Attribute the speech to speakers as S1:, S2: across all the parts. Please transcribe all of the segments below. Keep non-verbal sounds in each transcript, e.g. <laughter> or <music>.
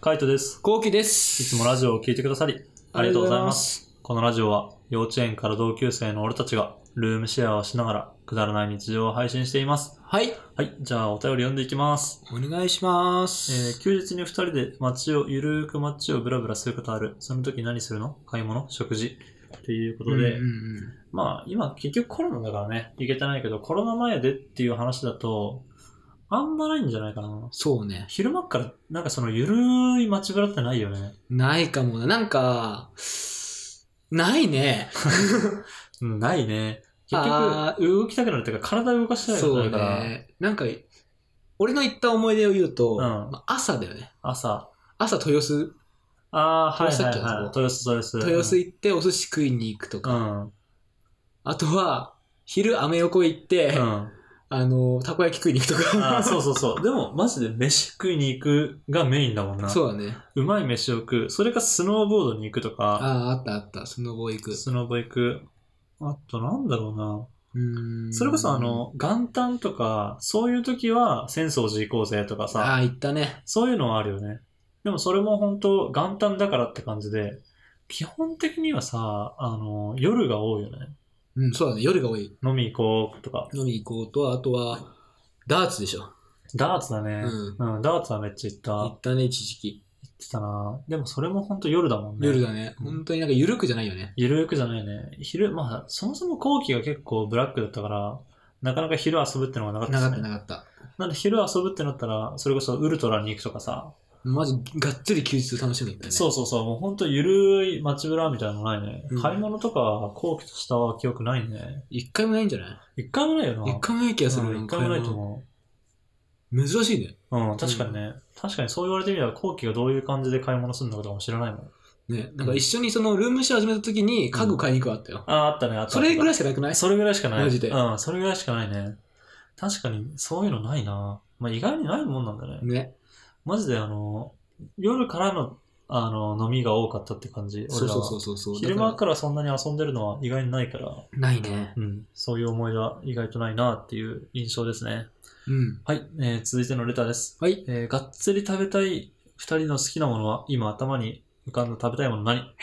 S1: カイトです。
S2: こうきで
S1: い
S2: す。
S1: つもラジオを聞いてくださり、ありがとうございます。このラジオは、幼稚園から同級生の俺たちが、ルームシェアをしながら、くだらない日常を配信しています。
S2: はい。
S1: はい、じゃあお便り読んでいきます。
S2: お願いします。
S1: えー休日に二人で街を、ゆるーく街をブラブラすることある。その時何するの買い物食事ということで、
S2: うんうんうん
S1: まあ今結局コロナだからね、行けてないけど、コロナ前でっていう話だと、あんまないんじゃないかな。
S2: そうね。
S1: 昼間っから、なんかそのゆるーい街ぶらってないよね。
S2: ないかもな。なんか、ないね。
S1: うん、ないね。結
S2: あ
S1: 局、動きたくなるっていうか、体動かしたくな
S2: そう
S1: るから、
S2: ね。なんか、俺の言った思い出を言うと、
S1: ん
S2: まあ朝だよね。
S1: 朝。
S2: 朝豊洲、
S1: ああー、はいはい
S2: 豊洲だっけ
S1: はい。
S2: あそこ
S1: 豊洲、豊洲。
S2: 豊洲行ってお寿司食いに行くと
S1: う
S2: か、
S1: ん。うん。
S2: あとは、昼アメ横行って、
S1: うん
S2: あの、たこ焼き食いに行くと
S1: あー
S2: か。
S1: そうそうそう。でも、マジで飯食いに行くがメインだもんな。う。
S2: そうだね。
S1: まい飯を食う。それかスノーボードに行くと
S2: あ
S1: か、
S2: あ、あったあった。スノボ行く。
S1: スノボ行く。あと、なんだろうな。
S2: うーん
S1: それこそ、あ、の、元旦とか、そういう時は、浅草寺行こうぜとか
S2: あ
S1: さ、
S2: あ、行ったね。
S1: そういうのはあるよね。でも、それも本当元旦だからって感じで、基本的にはさ、あの、夜が多いよね。
S2: うん、そうだね。夜が多い。
S1: 飲み行こうとか。
S2: 飲み行こうと、あとは、ダーツでしょ。
S1: ダーツだ
S2: う
S1: ね。
S2: ん。
S1: うん、ダーツはめっちゃ行った。
S2: 行
S1: 行
S2: ったね、一時期。
S1: ってたな。でも、それも本当夜だもんね。
S2: 夜だね。
S1: うん
S2: 本当になんか緩くじゃないよね。
S1: ゆるくじゃないね。昼、まあ、そもそも後期が結構ブラックだったから、なかなか昼遊ぶってのがなかった
S2: な
S1: で
S2: か
S1: す
S2: った
S1: ね。
S2: なかった。
S1: なんで昼遊ぶってなったら、それこそウルトラに行くとかさ、
S2: マジ、がっつり休日を楽しんだったよね。。
S1: そううそうそう、もうほんとゆるい街ぶらみたいなのないね。
S2: うん
S1: 買い物とか後期としたは記憶ないね。
S2: 一回もないんじゃない
S1: 一回もないよな。
S2: 一回もない気がする。
S1: うん一回もないと思
S2: う。珍しいね。
S1: う。うん、確かにね。確かにそう言われてみれば、後期がどういう感じで買い物するのかとかも知らないもん。
S2: ね。なんか一緒にそのルームシェア始めた時に家具買いに行くわあったよ。
S1: ああ、あったね、あった。
S2: それぐら
S1: い
S2: いしかなくない
S1: それぐらいしかない。
S2: マジで
S1: うん、それぐらいしかないね。確かに、そういうのないな。まあ、意外にないもんなんだね。
S2: ね。
S1: マジであの、夜からのあの飲みが多かったって感じ。
S2: そうそう
S1: 俺
S2: そ
S1: らは
S2: うそうそう。
S1: 昼
S2: だ
S1: 間
S2: か
S1: からそんなに遊んでるのは意外にないから、
S2: らないね。
S1: うん、そういう思い出は意外とないなっていう印象ですね。
S2: うん。
S1: はい、えー続いてのレターです。
S2: はい。
S1: えーがっつり食べたい二人の好きなものは今頭に浮かんだ食べたいもの何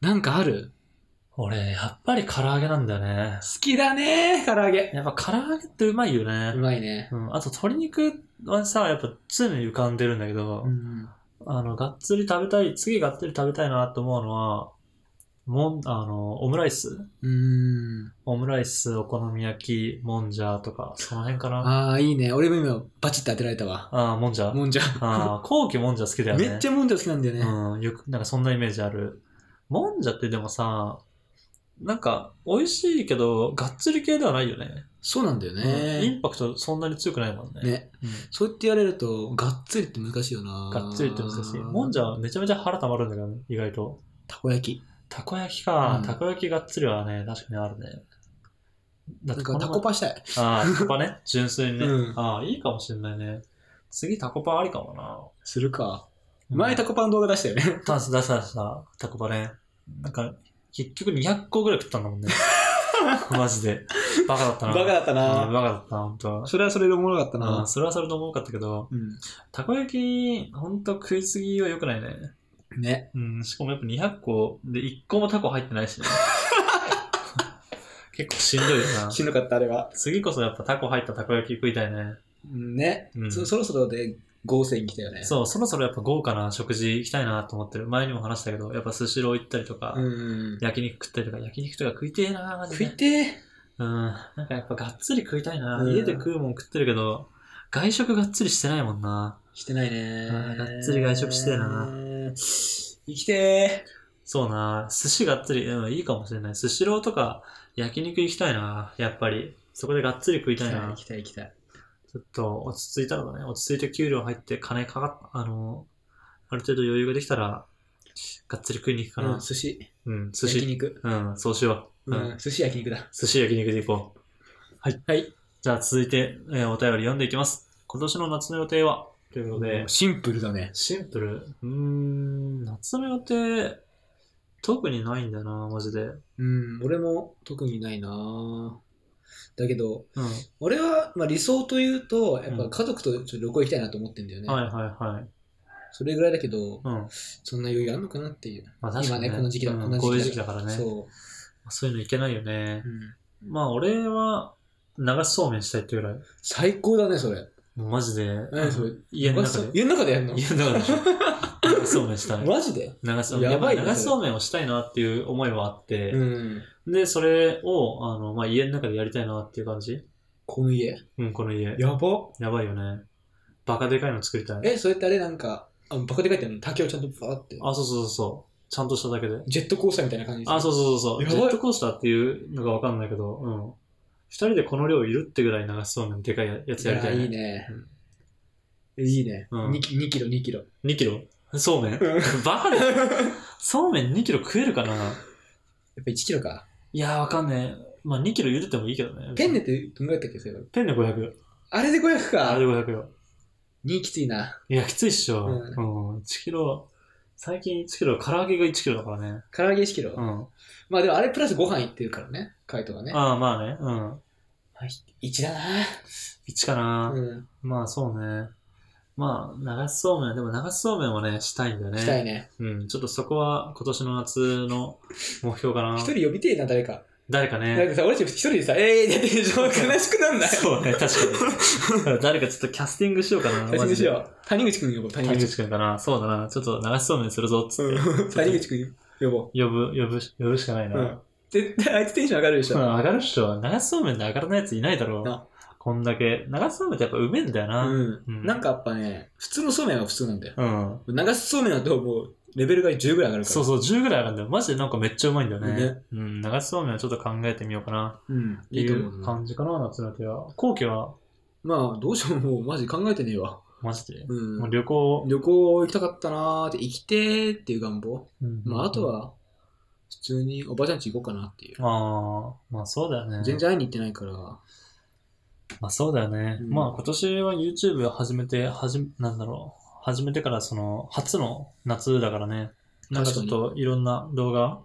S2: なんかある
S1: 俺、やっぱり唐揚げなんだよね
S2: 好。きだね唐揚げ。
S1: やっぱ唐揚げってうまいよね
S2: う。まいね。
S1: うん、あと鶏肉はさ、やっぱ常に浮かんでるんだけど、
S2: うん。
S1: あの、がっつり食べたい、次がっつり食べたいなと思うのは、もん、あの、オムライス
S2: うん。
S1: オムライス、お好み焼き、もんじゃとか、その辺かな。
S2: ああ、いいね。俺も今、バチって当てられたわ。
S1: ああ、もんじゃ。
S2: もんじゃ。
S1: ああ、後期もんじゃ好きだよね。
S2: めっちゃもんじゃ好きなんだよね。
S1: うん、よく、なんかそんなイメージある。もんじゃってでもさ、なんか、美味しいけど、がっつり系ではないよね。
S2: そうなんだよ
S1: うんイ
S2: ね。
S1: ンパクトそんなに強くないもんね。
S2: ね。
S1: うん
S2: そうやって言われると、がっつりって難しいよな。
S1: がっつりって難しい。もんじゃはめちゃめちゃ腹たまるんだけどね、意外と。
S2: たこ焼き。
S1: たこ焼きか、
S2: うん
S1: たこ焼きがっつりはね、確かにあるね。だ
S2: なんか、タコ
S1: パ
S2: パしたい。
S1: ああ、タコパね。純粋にね。
S2: うん
S1: ああ、いいかもしれないね。次、タコパありかもな。
S2: するか。前タコパの動画出したよね。
S1: コ出した出した出した、タコパね。なんか、結局200個ぐらい食ったんだも
S2: <laughs>
S1: んね。マジで。バカだったな。
S2: <laughs> バカだった
S1: うん
S2: な。
S1: バカだったな、ほんと。
S2: それはそれでおもろかった
S1: うん、
S2: な。
S1: それはそれと思うかったけど、
S2: う
S1: たこ焼き、ほんと食いすぎは良くないね。
S2: ん。ね。
S1: うん、しかもやっぱ200個で1個もタコ入って
S2: <laughs>
S1: ないしね。結構しんどいよな。
S2: しんどかった、あれは。
S1: 次こそやっぱタコ入ったたこ焼き食いたいね。
S2: うんね
S1: う。ん
S2: そそろそろで、合成に来たよね。
S1: そう、そろそろやっぱ豪華な食事行きたいなと思ってる。前にも話したけど、やっぱスシロー行ったりとか、
S2: うん。
S1: 焼肉食ったりとか、焼肉とか食いてえなマジ
S2: 食
S1: で
S2: いて
S1: うん。なんかやっぱがっつり食いたいな、
S2: うん
S1: 家で食うもん食ってるけど、外食がっつりしてないもんな
S2: ーしてないね
S1: あー。がっつり外食してえな
S2: うん。生きて
S1: そうな寿司がっつり、うん、いいかもしれない。スシローとか焼肉行きたいなやっぱり。そこでがっつり食い
S2: ー。
S1: たいな
S2: 行きたい、行きたい。
S1: ちょっと落ち着いたのだね。落ち着いて給料入って金かかっ、あの、ある程度余裕ができたら、がっつり食いに行くか
S2: うん
S1: な。
S2: 寿司。
S1: うん、寿
S2: 焼
S1: 司。
S2: 肉。
S1: うん、そうしよう。
S2: う
S1: うん。
S2: ん。寿司焼肉だ。
S1: 寿司焼肉で行こう。はい。
S2: はい。
S1: じゃあ続いて、えーお便り読んでいきます。今年の夏の予定はということで、
S2: シンプルだね。
S1: シンプル。うーん、夏の予定、特にないんだよな、マジで。うん。
S2: うん、俺も特にないなだけど、俺は、まあ、理想というと、やっぱ家族とちょっと旅行行きたいなと思ってんだよね。
S1: はいはいはい。
S2: それぐらいだけど、
S1: うん。
S2: そんな余裕あんのかなっていう。
S1: まあ確かに、
S2: 今ねこの時期だ
S1: うん
S2: この時期だ
S1: こういう時期だからね。そう
S2: そ
S1: そういうのいけないよね
S2: う、。うん。
S1: まあ俺は、流しそうめんしたいってぐらい。
S2: 最高だね、それ。
S1: もうマジで、
S2: 何それ
S1: 家の中
S2: そう <laughs>
S1: で。
S2: 家の中でやるの
S1: 家の中でしょ。流しそうめんしたい。
S2: マジで
S1: 流しそうめん。
S2: やばい
S1: や
S2: ね
S1: っぱ流しそうめんをしたいなっていう思いはあって、
S2: うん。
S1: で、それを、あの、まあ、家の中でやりたいなっていう感じ。
S2: この家。
S1: うん、この家。
S2: やば。
S1: やばいよね。バカでかいの作りたい。
S2: え、それってあれなんか、あバカでかいってあの竹をちゃんとバーって。
S1: あ、そうそうそうそう。ちゃんとしただけで。
S2: ジェットコースターみたいな感じ
S1: あ、そうそうそうそう。
S2: や
S1: ジ
S2: ばい
S1: ェットコースターっていうのがわかんないけど、うん。二人でこの量いるってぐらい流しそうめんでかいやつやりたい、
S2: い
S1: ね。
S2: やいいね。いいね。
S1: うん
S2: に2キロ、2キロ。
S1: <laughs> 2キロそうめんバカだよ。そうめん2キロ食えるかな
S2: やっぱ1キロか。
S1: いやーわかんねえ。まあ2キロ茹でてもいいけどね。
S2: ペンネってどんぐらいだったっけそれ
S1: ペンネ500。
S2: あれで500
S1: あ
S2: か
S1: れ。で500よ。
S2: 2きついな。
S1: いや、きついっしょ。う
S2: うん
S1: ん。1キロ、最近1キロ、唐揚げが1キロだからね。
S2: 唐揚げ1キロ。
S1: うん。
S2: まあでもあれプラスご飯いってるからね。カイトがね。
S1: ああ、まあね。うん。
S2: 1だ
S1: 1かな
S2: な。うん。
S1: まあそうね。まあ、流しそうめん、でも流しそうめんをね、したいんだよね。
S2: したいね。
S1: うん、ちょっとそこは今年の夏の目標かな
S2: 一。人呼びてえな、誰か。
S1: 誰か
S2: だっ
S1: ね。
S2: てさ、俺たち一人でさ、えー、って悲しくなんない
S1: そうね、確かに。 <laughs> 誰かちょっとキャスティングしようかな。
S2: 谷
S1: マジ
S2: 口
S1: で
S2: よ。谷口くん呼ぼう、谷
S1: 谷
S2: 口
S1: 口くんかな。そうだな。ちょっと流しそうめんするぞっつっ
S2: う
S1: て。
S2: ん谷口くん呼ぼ。
S1: 呼ぶ、呼ぶ、呼ぶしかないうな。
S2: う。
S1: うん
S2: 絶対あいつテンション上がるでし
S1: ん
S2: ょ。
S1: 上がるっしょ。流しそうめんで上がらないやついないだろ
S2: な
S1: う。こんだけ。流しそうめんってやっぱうめえんだよ
S2: う
S1: な。
S2: ん。
S1: うん
S2: なんかやっぱね、普通のそうめんは普通なんだよ。
S1: うん。
S2: 流しそうめんだともう、レベルが10ぐらい上がるから。
S1: そうそう、10ぐらい上がるんだよ。マジでなんかめっちゃうまいんだよね
S2: ね。
S1: うん、流しそうめんはちょっと考えてみようかな。
S2: うん。
S1: って
S2: いい
S1: い
S2: と思う
S1: う
S2: な。
S1: 感じかな、夏の手は。後期は、
S2: まあ、どうしようもう、マジ考えてねえわ。
S1: マジで。
S2: う。
S1: もうん旅行、
S2: 旅行行きたかったなーって、行きてーっていう願望。
S1: うん
S2: まあ、あと。は、普通におばあちゃん家行こうかなっていう。
S1: ああ、まあそうだよね。
S2: 全然会いに行ってないから。
S1: まあそうだよね。
S2: うん
S1: まあ今年は YouTube 始めて、はじ、なんだろう。始めてからその、初の夏だからね。なんかちょっといろんな動画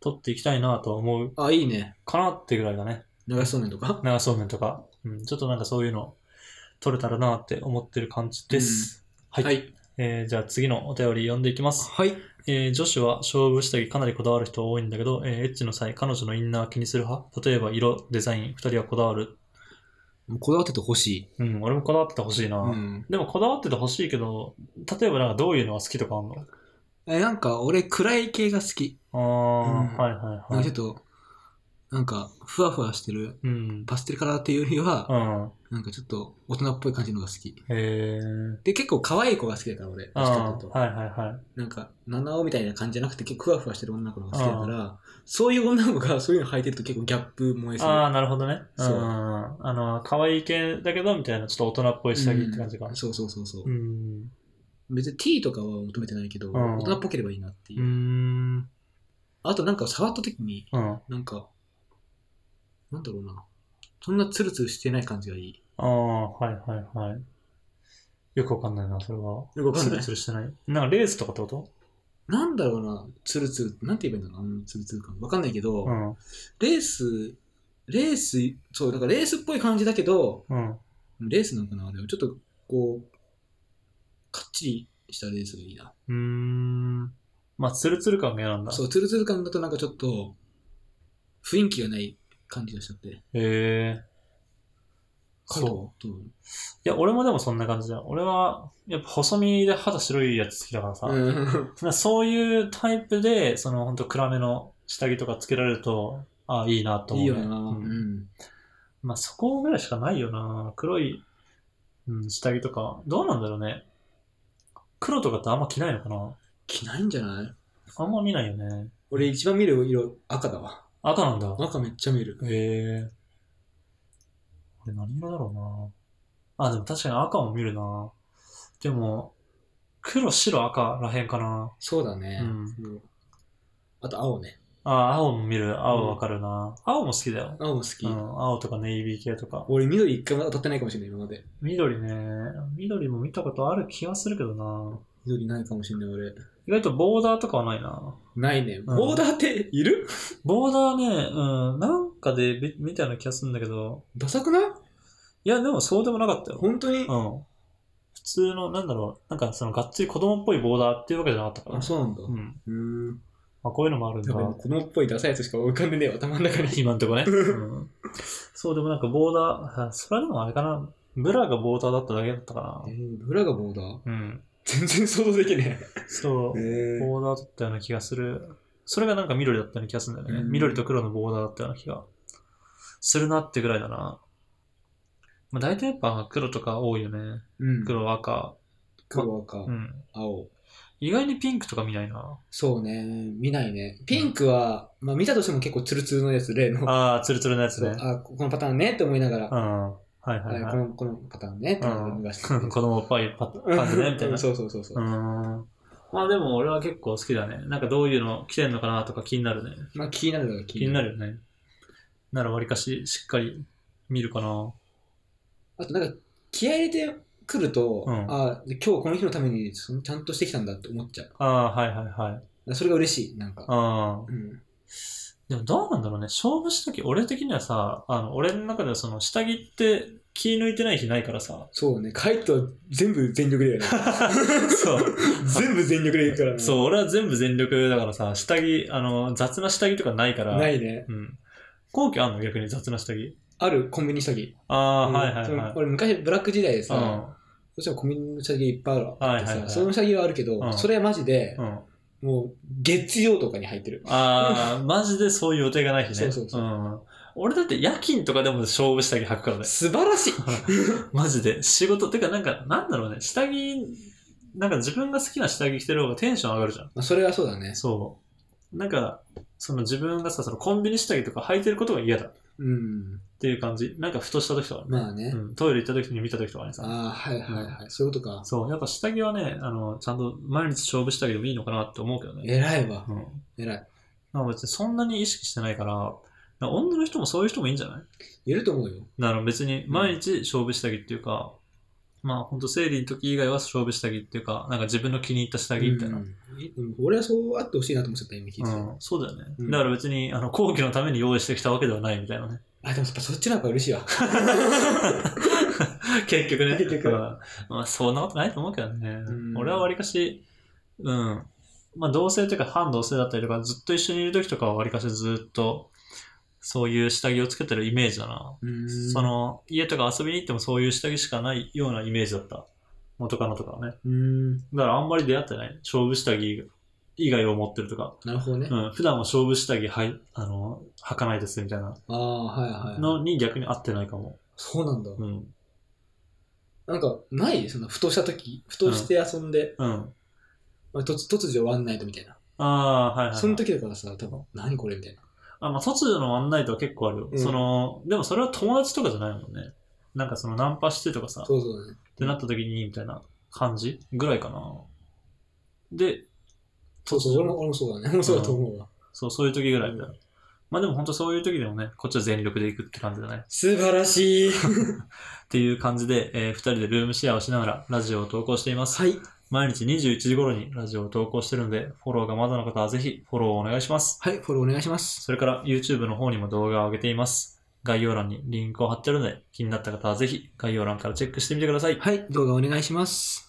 S1: 撮っていきたいなとは思う
S2: あ、いいね。
S1: かなってぐらいだね。
S2: 流しそうめんとか。
S1: 長そうめんとか。うん、ちょっとなんかそういうの撮れたらなって思ってる感じです。はい。
S2: はい。
S1: えーじゃあ次のお便り読んでいきます。
S2: はい。
S1: えー女子は勝負下着かなりこだわる人多いんだけど、えーエッチの際、彼女のインナー気にする派例えば色、デザイン、二人はこだわる。
S2: もうこだわっててほしい。
S1: うん、俺もこだわっててほしいな。
S2: うん。
S1: でもこだわっててほしいけど、例えばなんかどういうのが好きとかあんの
S2: え、なんか、俺、暗い系が好き。
S1: あー、
S2: うん
S1: はいはい
S2: なん
S1: は
S2: かち
S1: い
S2: ょっ。と、なんか、ふわふわしてる、
S1: うん。
S2: パステルカラーっていうよりは
S1: う、ん。
S2: なんかちょっと、大人っぽい感じのが好き。
S1: えー。
S2: で、結構可愛い子が好きだから、俺。どっちか
S1: あ
S2: っ
S1: ー
S2: ていうと
S1: はいはいはい。
S2: なんか、七尾みたいな感じじゃなくて、結構ふわふわしてる女の子の方が好きだから、そういう女の子がそういうの履いてると結構ギャップ燃えそう。
S1: ああ、なるほどね。
S2: そう
S1: うん。あの、可愛い系だけど、みたいな、ちょっと大人っぽい下着って感じか
S2: うん。そうそうそうそう。
S1: うん。
S2: 別に T とかは求めてないけど、
S1: ん
S2: 大人っぽければいいなっていうう。
S1: ん。うん。
S2: あとなんか触った時に、
S1: あ
S2: なんか、なんだろうな。そんなツルツルしてない感じがいい。
S1: あー、はいはいはい。よくわかんないな、それは。
S2: よくわかん
S1: ツ
S2: な
S1: ル
S2: い
S1: ツ。ルしてない。なんかレースとかってこと
S2: なんだろうな、ツルツルって、なんて言えばいいんだろうな、あのツルツル感。わかんないけど、
S1: うん。
S2: レース、レース、そう、なんかレースっぽい感じだけど、
S1: うん。
S2: レースなのかなあれは。ちょっと、こう、かっちりしたレースがいいな。
S1: うーん。まあ、ツルツル感が嫌なんだ。
S2: そう、ツルツル感だとなんかちょっと、雰囲気がない感じがしちゃって。
S1: へえ。そう。
S2: う。どう
S1: いや、俺もでもそんな感じだよ。俺は、やっぱ細身で肌白いやつ好きだからさ。
S2: うん。
S1: なんかそういうタイプで、そのほんと暗めの下着とかつけられると、ああ、いいなと
S2: い
S1: 思う、ね。
S2: いよな。
S1: う
S2: うんん。
S1: まあ、そこぐらいしかないよな。黒い、うん、下着とか。どうなんだろうね。黒とかってあんま着ないのかな
S2: 着ないんじゃない
S1: あんま見ないよね。
S2: 俺一番見る色、赤だわ。
S1: 赤なんだ。
S2: 赤めっちゃ見る。
S1: へえ。これ何色だろうな。あ、でも確かに赤も見るな。でも、黒、白、赤らへんかな。
S2: そうだね。
S1: う
S2: うんあと青ね。
S1: あ、青も見る。青わかるな。青も好きだよ。
S2: 青も好き。
S1: うん、青とかネイビー系とか。
S2: 俺緑一回も当たってないかもしれない、今まで。
S1: 緑ね。緑も見たことある気がするけどな。
S2: 緑ないかもしれない、俺。
S1: 意外とボーダーとかはないな。
S2: ないね。ボーダーっている、
S1: ボーダーね、うん、なんかで見見たような気がするんだけど、
S2: ダサくない
S1: いや、でもそうでもなかったよ。
S2: 本当に、
S1: うん。普通の、なんだろう、なんかそのがっつり子供っぽいボーダーっていうわけじゃなかったから。
S2: あ、そうなんだ。
S1: う。
S2: うんーん。
S1: まあこういうのもあるん
S2: 多
S1: だ。
S2: 分子供っぽいダサいやつしか浮かんでねえわ、頭の中に。
S1: 今んとこね。うん、そう、でもなんかボーダー、あそれでもあれかな、ブラがボーダーだっただけだったか
S2: えー、裏がボーダー
S1: な。うん。
S2: 全然想像できね
S1: そ
S2: え。
S1: う、ボーダーだったような気がする。それがなんか緑だったような気がするんだよね。
S2: うん
S1: 緑と黒のボーダーだったような気がするなってぐらいだな。まあ、大体やっぱ黒とか多いよね。
S2: うん。
S1: 黒、赤。
S2: 黒赤、
S1: うん。
S2: 青。
S1: 意外にピンクとか見ないな。
S2: そうね、見ないね。ピンクは、まあ見たとしても結構ツルツルのやつ、例の。
S1: ああ、ツルツルのやつ
S2: そう
S1: ね。
S2: あ、このパターンねって思いながら、
S1: うん。はいはい
S2: あ
S1: は
S2: こ
S1: い。
S2: のこのパターンねって思いながら
S1: うん子供っぽいパパンツね、みたいな。
S2: <laughs> そうそうそうそう
S1: う。ーん。まあでも俺は結構好きだね。なんかどういうの着てんのかなとか気になるね。
S2: まあ気になるのが気
S1: 気
S2: に
S1: に
S2: な
S1: な
S2: る。
S1: るよね。ならわりかししっかり見るかな。
S2: あとなんか気合い入れてくると、
S1: うん
S2: あ今日この日のためにそのちゃんとしてきたんだって思っちゃう。だか
S1: ああ、はいはいはい。
S2: らそれが嬉しい、なんか。
S1: ああ。
S2: うん。。
S1: でもどうなんだろうね。勝負した時、俺的にはさ、あの、俺の中ではその下着って気抜いてない日ないからさ
S2: <laughs> そうね、カイトは全部全力でやる。
S1: そう。 <laughs>
S2: 全部全力でいくからね。
S1: そう、俺は全部全力だからさ、下着、あの、雑な下着とかないから。
S2: ないね。
S1: うん。後期あんの逆に雑な下着。
S2: あるコンビニ下着。
S1: ああ、はいはい
S2: そ
S1: は
S2: の
S1: い。
S2: 俺昔ブラック時代で
S1: うん。
S2: さ、そしたらコンビニの下着いっぱいあるわ。
S1: はいはいはい
S2: あってさその下着はあるけど、
S1: うん
S2: それはマジで、
S1: うん。
S2: もう月曜とかに入ってる。
S1: ああ、マジでそういう予定がない日ね。。
S2: そうそうそうん
S1: 俺だって夜勤とかでも勝負下着履くからね。
S2: 素晴らしい
S1: マジで。仕事、てかなんか、なんだろうね。下着、なんか自分が好きな下着着てる方がテンション上がるじゃん。
S2: まあそれはそうだね。
S1: そう。なんか、その自分がさ、そのコンビニ下着とか履いてることが嫌だっ
S2: うん。
S1: ていう感じ。なんかふとした時とかね、
S2: まあね。
S1: うん、トイレ行った時に見た時とかにさ。
S2: ああ、はいはいはい。そういうことか。
S1: そう、やっぱ下着はね、あの、ちゃんと毎日勝負下着でもいいのかなって思うけどね。
S2: 偉いわ。
S1: うん。
S2: 偉い。
S1: まあ別にそんなに意識してないから、なんか女の人もそういう人もいいんじゃない
S2: いると思うよ。
S1: だから別に毎日勝負下着っていうか、まあ本当生理の時以外は勝負下着っていうか、なんか自分の気に入った下着みたいな。
S2: う
S1: うん
S2: んうん俺はそうあってほしいなと思っちゃった、今聞いてて。
S1: そうだよね、
S2: うん
S1: だから別にあの後期のために用意してきたわけではないみたいなね
S2: あ、でもやっぱそっちの方が嬉しいわ。
S1: <laughs> 結局ね
S2: 結局
S1: まあまあそんなことないと思うけどね、
S2: うん
S1: 俺はわりかしうんまあ同性というか反同性だったりとかずっと一緒にいる時とかはわりかしずっとそういう下着をつけてるイメージだなその家とか遊びに行ってもそういう下着しかないようなイメージだった元カノとかはね
S2: うん。
S1: だからあんまり出会ってない勝負下着以外を持ってるとか、
S2: なるほどね。
S1: うん、普段は勝負下着はいあの履かないですみたいな
S2: ああ、はいはいはい。
S1: のに逆に合ってないかも、
S2: そうなんだ。
S1: うん
S2: なんか、ないその、ふとした時、ふとして遊んで、
S1: うん、
S2: まあ、突突如ワンナイトみたいな。
S1: ああはいはい、はい、
S2: その時だからさ、多分、何これみたいな。
S1: あ、まあ、卒業の案内とは結構あるよ、
S2: うん
S1: そのでもそれは友達とかじゃないもんねなんかそのナンパしてとかさ
S2: そうそうね。
S1: ってなった時にみたいな感じぐらいかなで
S2: そうそう、俺も俺もそうだね。俺もそうだと思うわ。
S1: そう、そういう時ぐらいみたいな。まあでも本当そういう時でもね、こっちは全力で行くって感じだね。
S2: 素晴らしい。
S1: っていう感じで、え2人でルームシェアをしながらラジオを投稿しています。
S2: はい。
S1: 毎日21時頃にラジオを投稿してるので、フォローがまだの方はぜひフォローをお願いします。
S2: はい、フォローお願いします。
S1: それから YouTube の方にも動画を上げています。概要欄にリンクを貼ってあるので、気になった方はぜひ概要欄からチェックしてみてください。
S2: はい、動画お願いします。